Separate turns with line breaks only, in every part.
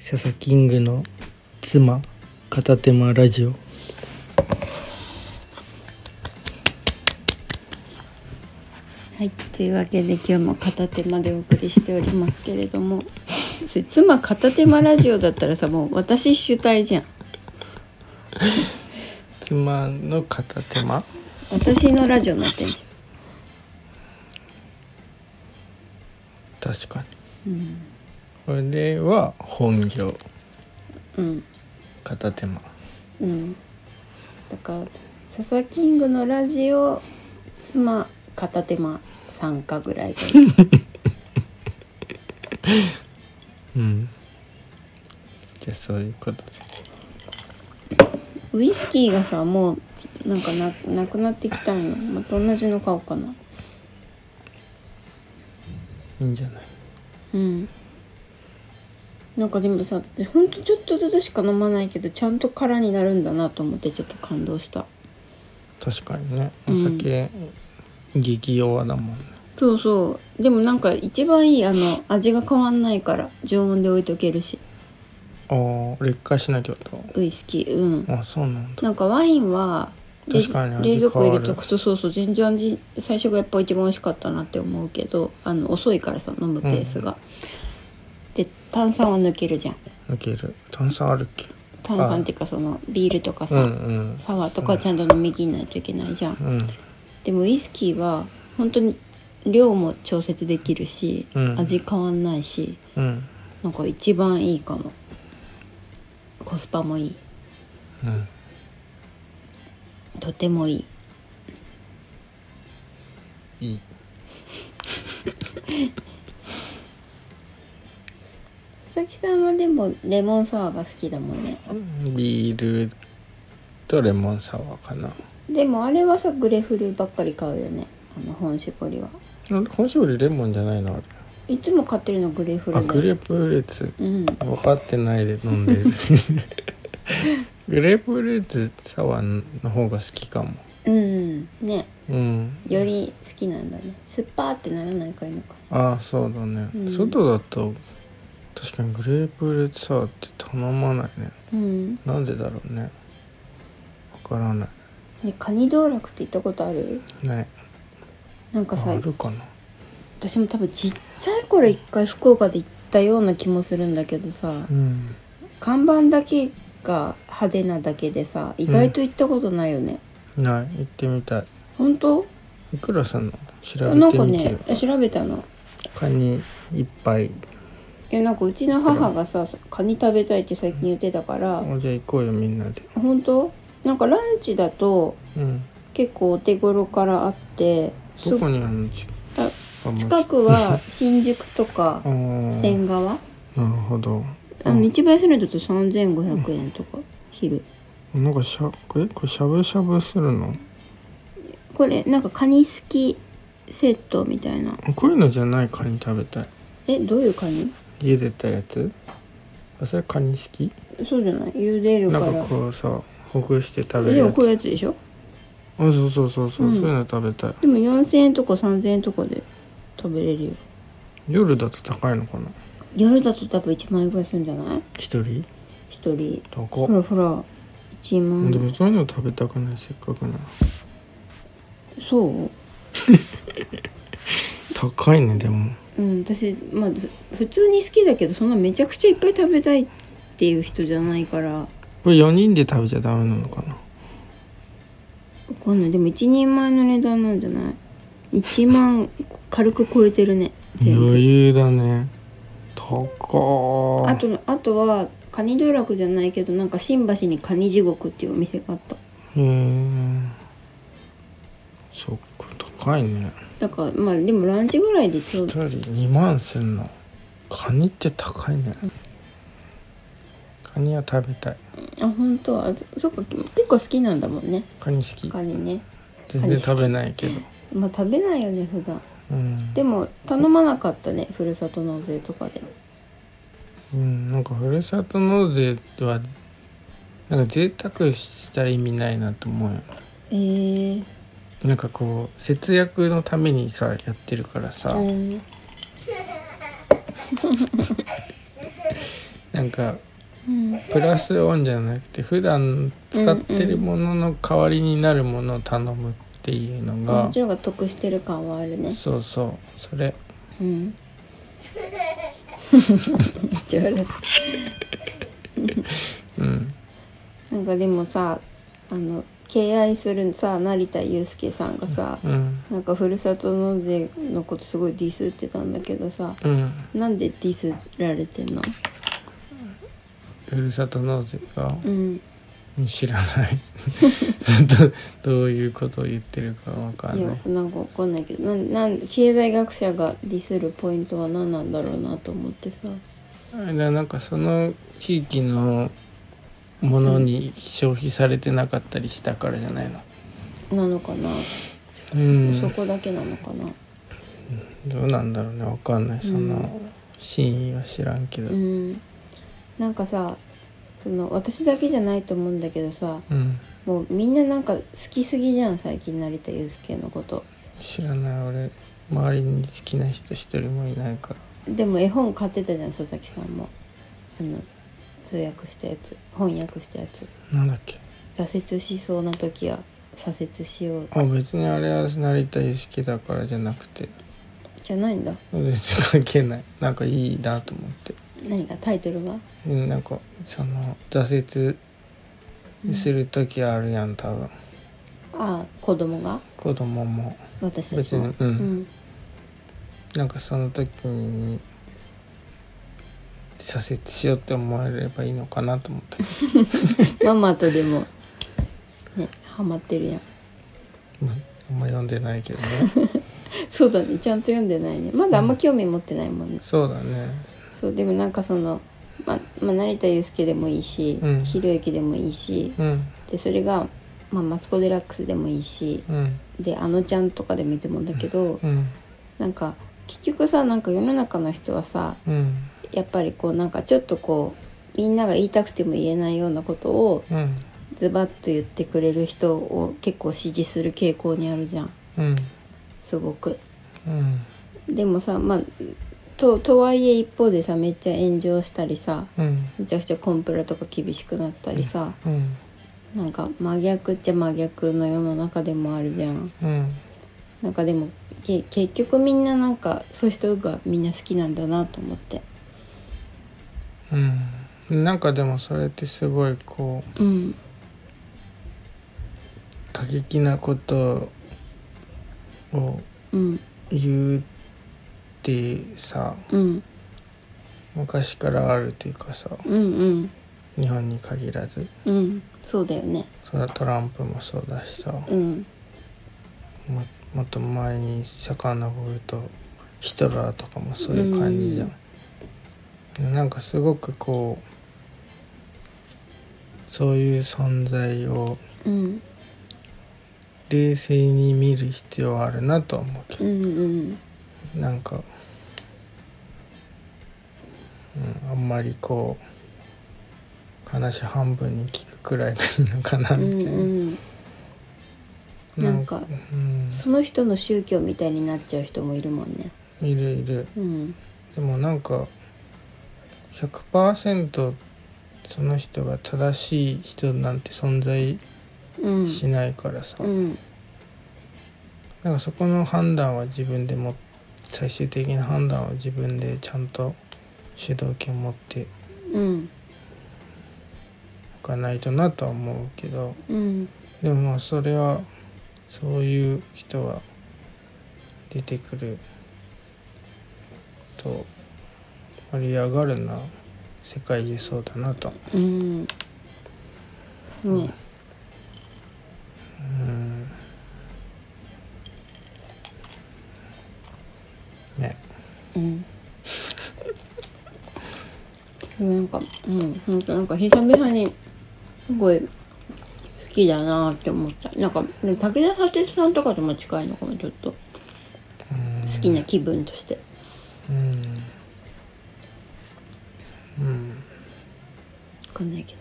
ササキングの妻片手間ラジオ
はい、というわけで今日も片手間でお送りしておりますけれどもそれ妻片手間ラジオだったらさもう私主体じゃん
妻の片手間
私のラジオになってんじ
確かに
ゃんうん、
これは本業
うん
片手間
うん、だから「ササキング」のラジオ妻片手間参加ぐらいがいい
うんじゃあそういうことで
ウイスキーがさもうなんかななくなってきたんよまた同じの買おうかな
い
い
んじゃない
うんなんかでもさほんとちょっとずつしか飲まないけどちゃんと空になるんだなと思ってちょっと感動した
確かにね
う
お
ん
酒、激弱だもんね
そうそうでもなんか一番いいあの味が変わんないから常温で置いとけるし
ああ劣化しないってこ
ウイスキーうん
とあそうなんだ
なんかワインは冷
確かに味
冷蔵庫
変わ
入
る
れとくとそうそう全然味最初がやっぱ一番美味しかったなって思うけどあの遅いからさ飲むペースが、で炭酸は抜けるじゃん
抜ける炭酸あるっけ
炭酸っていうかそのビールとか
う
さ、
んうん
サワーとかはちゃんと飲み切んないといけないじゃん、
うん
でもウイスキーは本当に量も調節できるし、
うん
味変わんないし
うん
なんか一番いいかもコスパもいい
うん
とてもいい
いい
佐々木さんはでもレモンサワーが好きだもんね
ビールとレモンサワーかな
でもあれはさグレフルばっかり買うよねあの本絞りは
あれ本州よりレモンじゃないのあれ
いつも買ってるのグレフル
あ
だ
グレープフルーツ
うん
分かってないで飲ん でるグレープフルーツサワーの方が好きかも
うんね
うん
より好きなんだね酸っぱーってならないからいいのか
ああそうだね、
うん
外だと確かにグレープフルーツサワーって頼まないね
うん
なんでだろうねわからない
ねカニ道楽って行ったことある
ね
なんか
あ
さ
るかな
私も多分ちっちゃい頃一回福岡で行ったような気もするんだけどさ
うん
看板だけが派手なだけでさ意外と行ったことないよね、
ない行ってみたい
本当
いくらすんの
な
調べ
ん
て
か
みて
ね
よ、
調べたの
カニ一杯
いやなんかうちの母がさカニ食べたいって最近言ってたから、
おじゃあ行こうよみんなで
本当なんかランチだと
うん
結構お手頃からあって
どこにあるのち
あ
あ
近くは新宿とか
あー
仙川
なるほど
あの一倍するだと3500円とか昼
なんかしゃえこれしゃぶしゃぶするの
これなんかカニすきセットみたいな
こういうのじゃないカニ食べたい
えどういうカニ
茹でたやつあそれカニ好き
そうじゃない茹でるか
な
ら
んかこうさほぐして食べ
え
る
でも
や
こうい
つ
うやつでしょ
あそうそうそうそう、
うん
そういうの食べたい
でも4000円とか3000円とかで食べれるよ
夜だと高いのかな
夜だと多分1万円ぐらいするんじゃない
一人
一人
高
ほ
っ
らほら1
で
万
もそういうの食べたくないせっかくなら
そう
高いねでも
うん、私まあふ普通に好きだけどそんなめちゃくちゃいっぱい食べたいっていう人じゃないからわ
これ4人で食べちゃダメなのかな
かんないでも一人前の値段なんじゃない1万軽く超えてるね全部
余裕だね高
あ
っ
とあとはカニ道楽じゃないけどなんか新橋にカニ地獄っていうお店があった
へえそっか高いね
だからまあでもランチぐらいでちょ
一
うど
人2万すんのカニって高いねカニは食べたい
あ本当あそそっか結構好きなんだもんね
カニ好き
カニね
全然食べないけど
まあ食べないよね普段
うん
でも頼まなかったねふるさと納税とかで
うんなんかふるさと納税はなんか贅沢した意味ないなと思うよ
えー、
なんかこう節約のためにさやってるからさ、
うん
なんか
うん
プラスオンじゃなくて普段使ってるものの代わりになるものを頼むっていうのが、
もちろんが得してる感はあるね
そうそうそれ
うん めっちゃ笑っ
うん
たなんかでもさあの敬愛するさ成田悠介さんがさ、
うん
なんかふるさと納税のことすごいディスってたんだけどさ
うん
なんでディスられてんの
ふるさと納税が
うん
知らない どどういうことを言ってるかわか
い
ん
や
ない
なんかわかんないけどなんなん経済学者がディスるポイントは何なんだろうなと思ってさ
あれなんかその地域のものに消費されてなかったりしたからじゃないの
なのかな、
うん
そこだけなのかな
どうなんだろうねわかんないその真意は知らんけど
うんなんかさその私だけじゃないと思うんだけどさ
うん
もうみんななんか好きすぎじゃん最近成田悠介のこと
知らない俺周りに好きな人一人もいないから
でも絵本買ってたじゃん佐々木さんもあの通訳したやつ翻訳したやつ
なんだっけ
挫折しそうな時は左折しよう
あ別にあれは成田由紀だからじゃなくて
じゃないんだ
別に関係ないなんかいいなと思って
何がタイトルが
うんなんかその挫折する時あるやん多分
ああ子供が
子供も
私たちも
別にうんなんかその時に挫折しようって思えればいいのかなと思ったけど
ママとでもねハマってるやん
うんあんま読んでないけどね
そうだねちゃんと読んでないねまだあんま興味持ってないもんね、
そうだね
そうでもなんかその、ままあ、成田悠介でもいいし、
うん
ひろゆきでもいいし
うん
でそれが、まあ、マツコ・デラックスでもいいし
うん
であのちゃんとかでもいいと思うんだけど、
うん
なんか結局さなんか世の中の人はさ
うん
やっぱりこうなんかちょっとこうみんなが言いたくても言えないようなことを
うん
ズバッと言ってくれる人を結構支持する傾向にあるじゃん
うん
すごく。
うん
でもさまあととはいえ一方でさめっちゃ炎上したりさ
うん
めちゃくちゃコンプラとか厳しくなったりさ
うん
なんか真逆っちゃ真逆の世の中でもあるじゃん。
うん
なんかでもけ結局みんななんかそういう人がみんな好きなんだなと思って。
うんなんかでもそれってすごいこう
うん
過激なことを
うん
言うってさ
うん
昔からあるというかさ
うんうん
日本に限らず
うんそうだよね
それはトランプもそうだしさも
うん
もっと前に遡るとヒトラーとかもそういう感じじゃん。なんかすごくこうそういう存在を
うん
冷静に見る必要はあるなとは思うけど
うんうん
なんか、うん、あんまりこう話半分に聞くくらいがいいのかな
うん
みたいな。
うんなんか
うん、
その人の宗教みたいになっちゃう人もいるもんね
いるいる
うん
でもなんか100%その人が正しい人なんて存在
うん
しないからさ、
うん
なんかそこの判断は自分でも最終的な判断は自分でちゃんと主導権を持って
うん
いかないとなとは思うけど
うん
でもまあそれはそういう人が出てくると盛り上がるな世界でそうだなと
うんね
うんね
うんなんかうん本当なんか久々にすごい好きだなって思ったなんかでも武田砂鉄さんとかとも近いのかもちょっと
うん
好きな気分として
うんうん
分かんないけど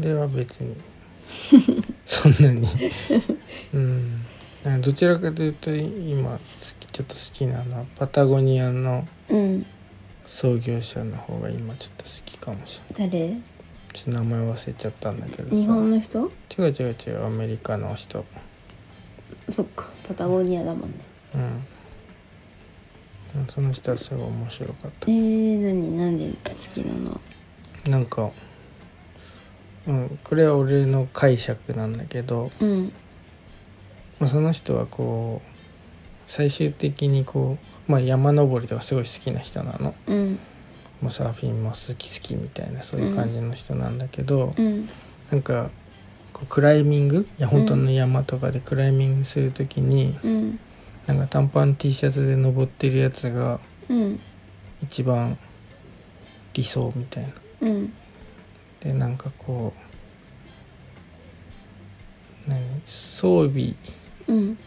俺は別 にそんなにうんなんかどちらかというと今好きちょっと好きなのはパタゴニアの
うん
創業者の方が今ちょっと好きかもしれない
誰
ちょっと名前忘れちゃったんだけど
日本
さ
の人
違う違う違うアメリカの人
そっかパタゴニアだもんね
うんその人はすごい面白かっ
えー、何なんで好きなの
たなんか、うん、これは俺の解釈なんだけど、
うん
まあ、その人はこう最終的にこう、まあ、山登りとかすごい好きな人なの、
うん
まあ、サーフィンも好き好きみたいなそういう感じの人なんだけど、
うん
なんかこうクライミングいや本当の山とかでクライミングするときに、
うん
なんか短パン T シャツで登ってるやつが
うん
一番理想みたいな。
うん
でなんかこう何装備
うん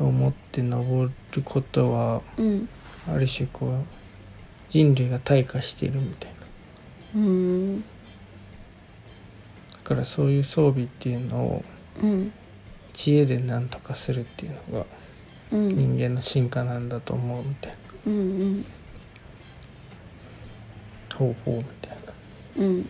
を持って登ることは
うん
ある種こう人類が退化しているみたいな
うん
だからそういう装備っていうのを
うん
知恵でなんとかするっていうのが
うん
人間の進化なんだと思うみたい
うん
な方法みたいな
うん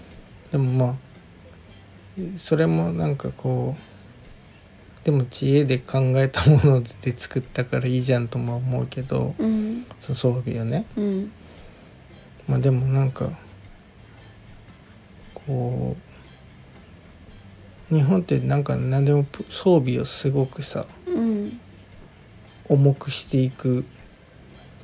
でもまあそれもなんかこうでも知恵で考えたもので作ったからいいじゃんとも思うけど
うん
その装備をね
うん
まあでもなんかこう日本ってなんか何でもプ装備をすごくさ
うん
重くしていく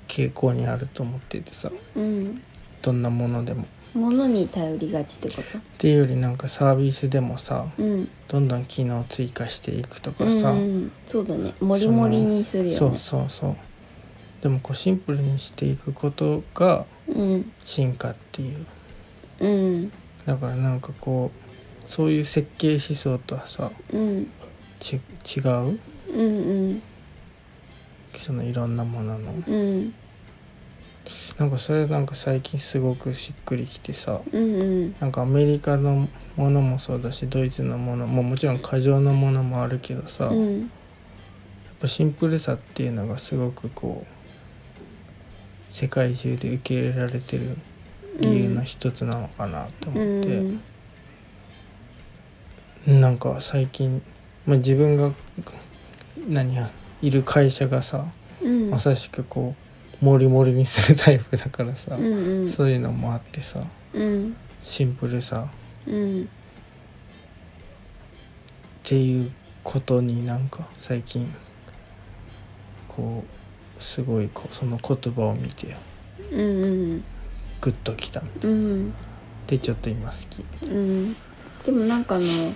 傾向にあると思っててさ
うん
どんなものでも。
物に頼りがちってこ
っていうよりなんかサービスでもさ
とうん
どんどん機能追加していくと
う
か
ん
さ、
うんそうだねもりもりにする
そ
よ
う
ね
そうそうでもこうシンプルにしていくことが
うん
進化っていう
うん
だからなんかこうそういう設計思想とはさ
うん
ち違う
うん
そのいろんなものの
うんうん
なんかそれなんか最近すごくしっくりきてさ
うんうん
なんかアメリカのものもそうだしドイツのものももちろん過剰なものもあるけどさ、
う
やっ
ん
ぱシンプルさっていうのがすごくこう世界中で受け入れられてる理由の一つなのかなと
う
思って、
ん
なんか最近、まあ、自分が何やいる会社がさ
うん
まさしくこうモリモリにするタイプだからさ、
うんうん
そういうのもあってさ
うん
シンプルさ
うん
っていうことになんか最近こうすごいこうその言葉を見て
うん
グッときた
うんうん
でちょっと今好き
うんでもなんかあの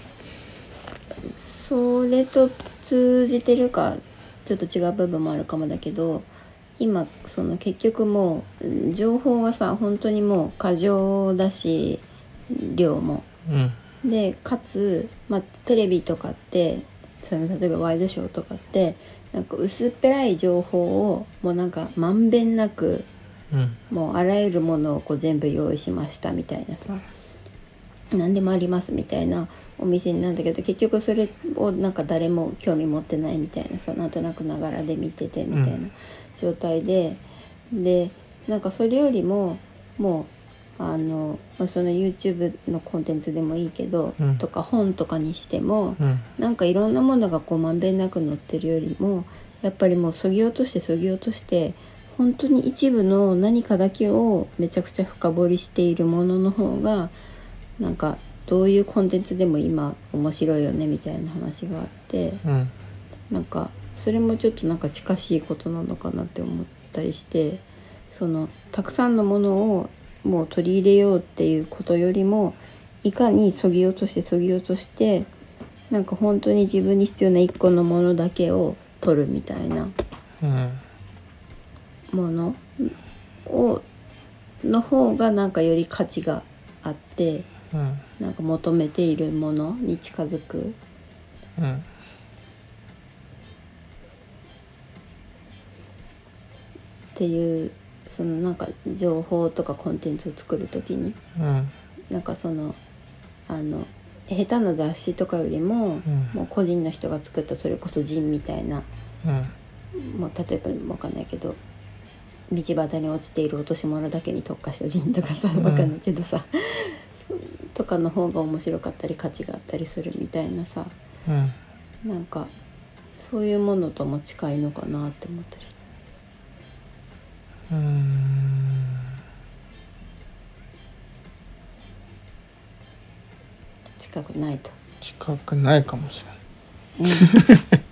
それと通じてるかちょっと違う部分もあるかもだけど今その結局もううん情報がさ本当にもう過剰だし量も。
うん
でかつ、まあ、テレビとかってその例えばワイドショーとかってなんか薄っぺらい情報をもうなんかまんべんなく
うん
もうあらゆるものをこう全部用意しましたみたいなさ何でもありますみたいなお店なんだけど結局それをなんか誰も興味持ってないみたいなさなんとなくながらで見ててみたいな状態で、でなんかそれよりももうあの、まあ、その YouTube のコンテンツでもいいけど、
うん
とか本とかにしても、
うん
なんかいろんなものがこうまんべんなく載ってるよりもやっぱりもうそぎ落としてそぎ落として本当に一部の何かだけをめちゃくちゃ深掘りしているものの方がなんかどういうコンテンツでも今面白いよねみたいな話があって
うん
なんかそれもちょっとなんか近しいことなのかなって思ったりしてそのたくさんのものをもう取り入れようっていうことよりもいかにそぎ落としてそぎ落としてなんか本当に自分に必要な一個のものだけを取るみたいな
うん
ものをの方がなんかより価値があって
うん
なんか求めているものに近づく
うん
っていうそのなんか情報とかコンテンツを作る時に
うん
なんかそのあの下手な雑誌とかよりも、
ん
もう個人の人が作ったそれこそ人みたいな
うん
もう例えばわかんないけど道端に落ちている落とし物だけに特化した人とかさ分かんないけどさ、そうとかの方が面白かったり価値があったりするみたいなさ
うん
なんかそういうものとも近いのかなって思ったりして
うーん
近くないと。
近くないかもしれない
うん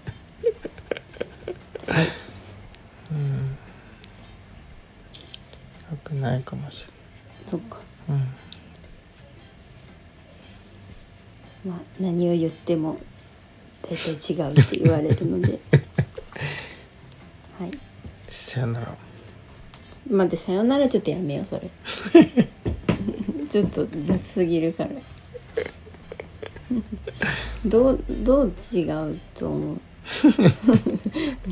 近くないかもし
そっか
れない、うん
まあ、何を言っても大体違うって言われるの ではい
さよなら
待ってさよならちょっとやめようそ れちょっと雑すぎるから どうどう違うと思 う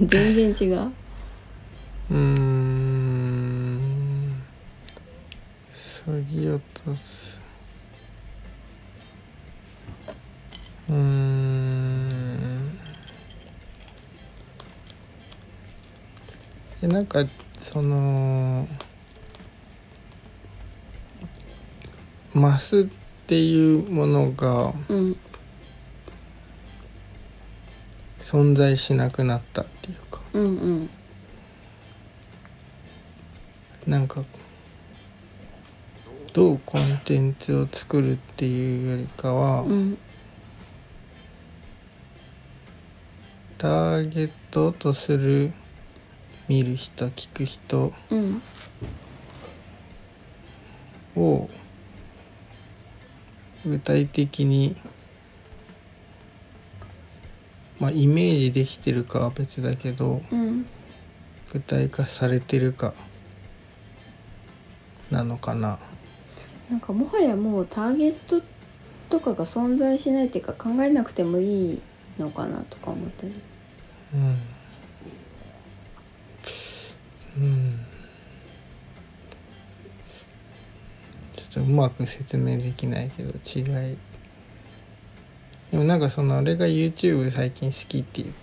全然違う
うーん削ぎ落とすうーんえなんかそのマスっていうものが
うん
存在しなくなったっていうか
うんうん
なんかどうコンテンツを作るっていうよりかは、
うん
ターゲットとする見る人聞く人
うん
を具体的にまあイメージできてるかは別だけど
うん
具体化されてるかなのかな。
なんかもはやもうターゲットとかが存在しないっていうか考えなくてもいいのかなとか思ったり
うんうんちょっとうまく説明できないけど違いでもなんかその俺が YouTube 最近好きっていう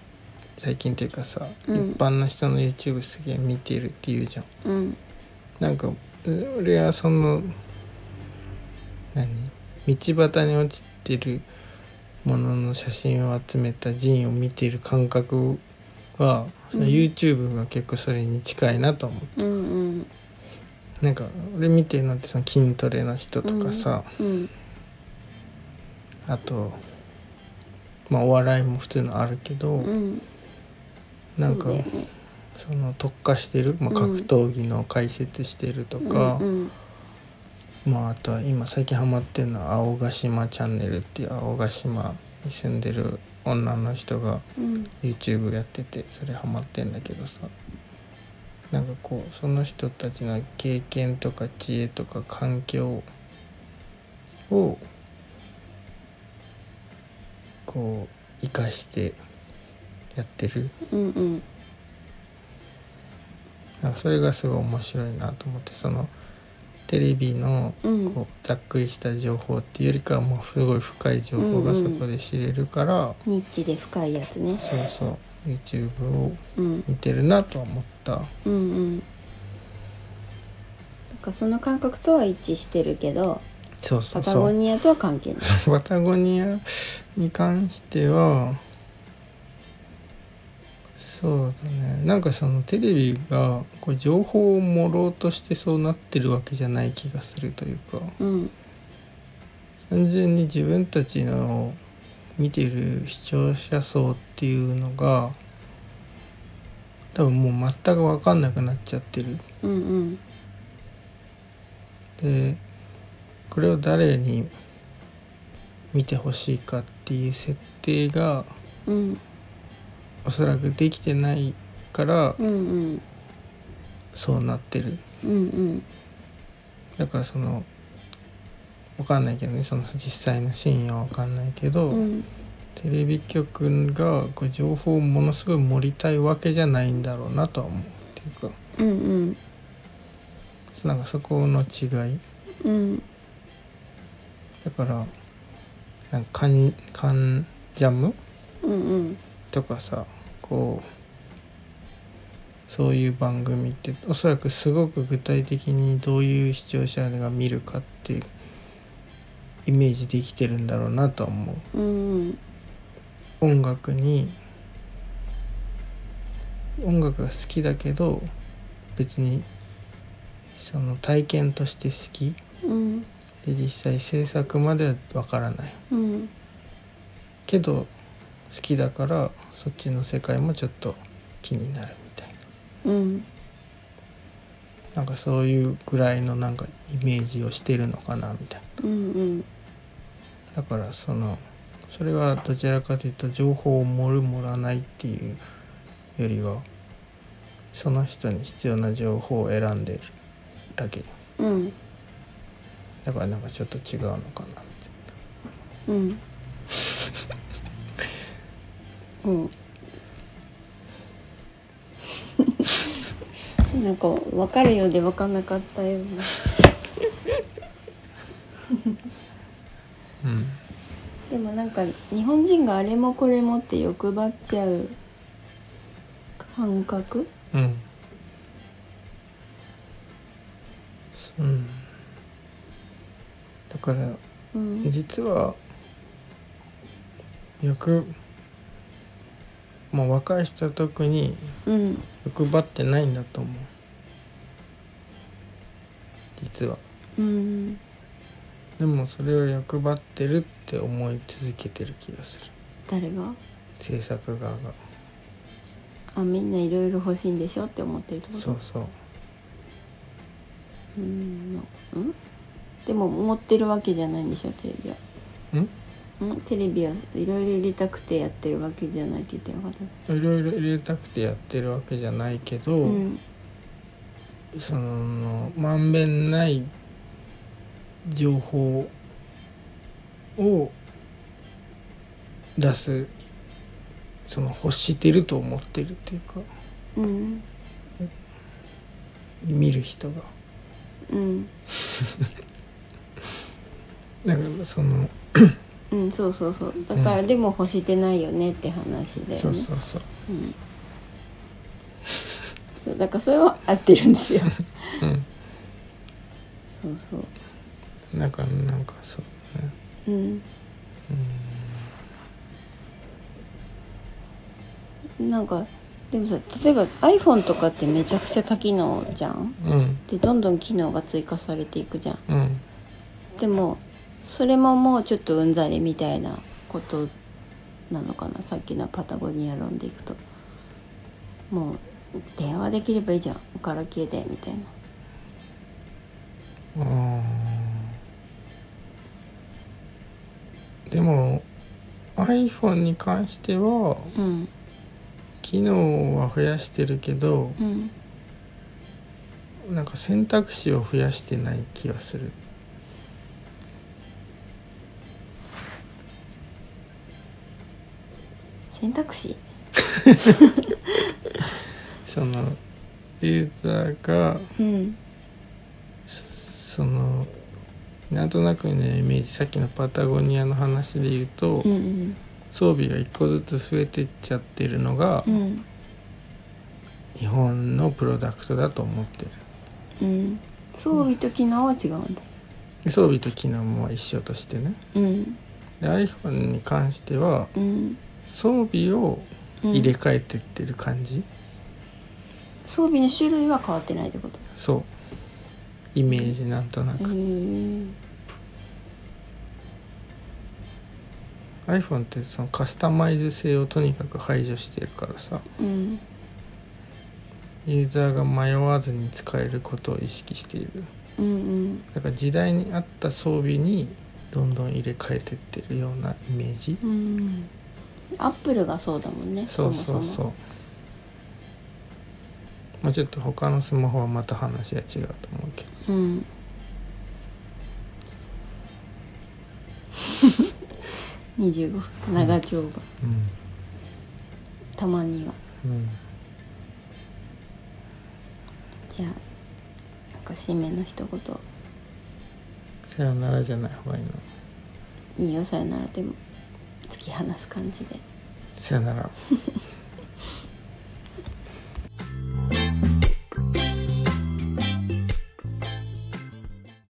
最近っていうかさ、
うん
一般の人の YouTube すげえ見てるっていうじゃん
うん
なんかう俺はその何道端に落ちてるものの写真を集めたジンを見てる感覚は、その
うん
YouTube が結構それに近いなと思う
うんうん
なんか俺見てるのってその筋トレの人とかさ、
うん
あとまあお笑いも普通のあるけど、
うん
なんか
そうだよね
その特化してる、まあ、
う
格
ん
闘技の解説してるとか。
うんうん
まああとは今最近ハマってるのは青ヶ島チャンネルっていう青ヶ島に住んでる女の人が
うん
YouTube やっててそれハマってんだけどさなんかこうその人たちの経験とか知恵とか環境をこう生かしてやってる
うんうん
なんかそれがすごい面白いなと思ってそのテレビの
うん
こうざっくりした情報っていうよりかはもうすごい深い情報がそこで知れるから、
ニッチで深いやつね、
そうそう YouTube を
うん、
見てるなとは思った
うんうんなんかその感覚とは一致してるけど
そうそ
パ
う
タ
そ
ゴ
う
ニアとは関係ない
パタゴニアに関してはそうだねなんかそのテレビがこう情報を盛ろうとしてそうなってるわけじゃない気がするというか
うん
単純に自分たちの見てる視聴者層っていうのが多分もう全く分かんなくなっちゃってる
うんうん
でこれを誰に見てほしいかっていう設定が
うん
おそらくできてないから
うんうん
そうなってる
うんうん
だからその分かんないけどねその実際のシーンは分かんないけど、
うん
テレビ局がこう情報をものすごい盛りたいわけじゃないんだろうなとは思うっていうか
うんうん
なんかそこの違い
うん
だからなんかカンカンジャム
うんうん
とかさこうそういう番組っておそらくすごく具体的にどういう視聴者が見るかっていうイメージできてるんだろうなとは思う。
うん
音楽に音楽が好きだけど別にその体験として好き
うん
で実際制作まではわからない
うん
けど好きだからそっちの世界もちょっと気になるみたい
うん
ななんかそういうぐらいのなんかイメージをしてるのかなみたい
うん
なだからそのそれはどちらかというと情報を盛る盛らないっていうよりはその人に必要な情報を選んでるだけ
うん
だからなんかちょっと違うのかなって
うんうん なんか分かるようで分かんなかったよ
うん
でもなんか日本人があれもこれもって欲張っちゃう感覚
うんうんだから
うん
実は欲もう若い人は特に
うん
欲張ってないんだと思う実は
うん
でもそれを欲張ってるって思い続けてる気がする
誰が
制作側が
あみんないろいろ欲しいんでしょって思ってるってこと
そうそう
うんうんでも持ってるわけじゃないんでしょテレビは
うん
んテレビはいろいろ入れたくてやってるわけじゃないって言ってなかった
いろいろ入れたくてやってるわけじゃないけど、
うん
そのまんべんない情報を出すその欲してると思ってるっていうか
うん
見る人が
うん
だからその
うんそうそうそうだから、でも欲してないよねって話だよね
そうそうそう
うん、そうだからそれは合ってる んですよ
う
そうそうん
だからなんかそうね
うんなんかでもさ例えば iPhone とかってめちゃくちゃ多機能じゃん
うん
でどんどん機能が追加されていくじゃん
うん
でもそれももうちょっとうんざりみたいなことなのかなさっきのパタゴニア論でいくともう電話できればいいじゃんガラケーでみたいな
うんでも iPhone に関しては
うん
機能は増やしてるけど
うん
なんか選択肢を増やしてない気がする
選択肢
そのユーザーが
うん
そそのなんとなくねイメージさっきのパタゴニアの話で言うと、
うんうん
装備が一個ずつ増えてっちゃってるのが、
うん
日本のプロダクトだと思ってる
うん装備と機能は違うんだ
で装備と機能も一緒としてね
うん
で iPhone に関しては
うん
装備を
うん
入れ替えてってる感じ、
装備の種類は変わってないってこと
そうイメージなんとなく、
うん、
iPhone ってそのカスタマイズ性をとにかく排除してるからさ
うん、
ユーザーが迷わずに使えることを意識している
うんうん
だから時代に合った装備にどんどん入れ替えてってるようなイメージ
うんアップルがそうだもんね
そうそう
も
そ
も
うまあちょっと他のスマホはまた話が違うと思うけど
うん。二十五分長丁場たまには
うんうん
じゃあなんか締めの一言
さよならじゃない方がいいの
いいよさよならでも突き放す感じで
さよなら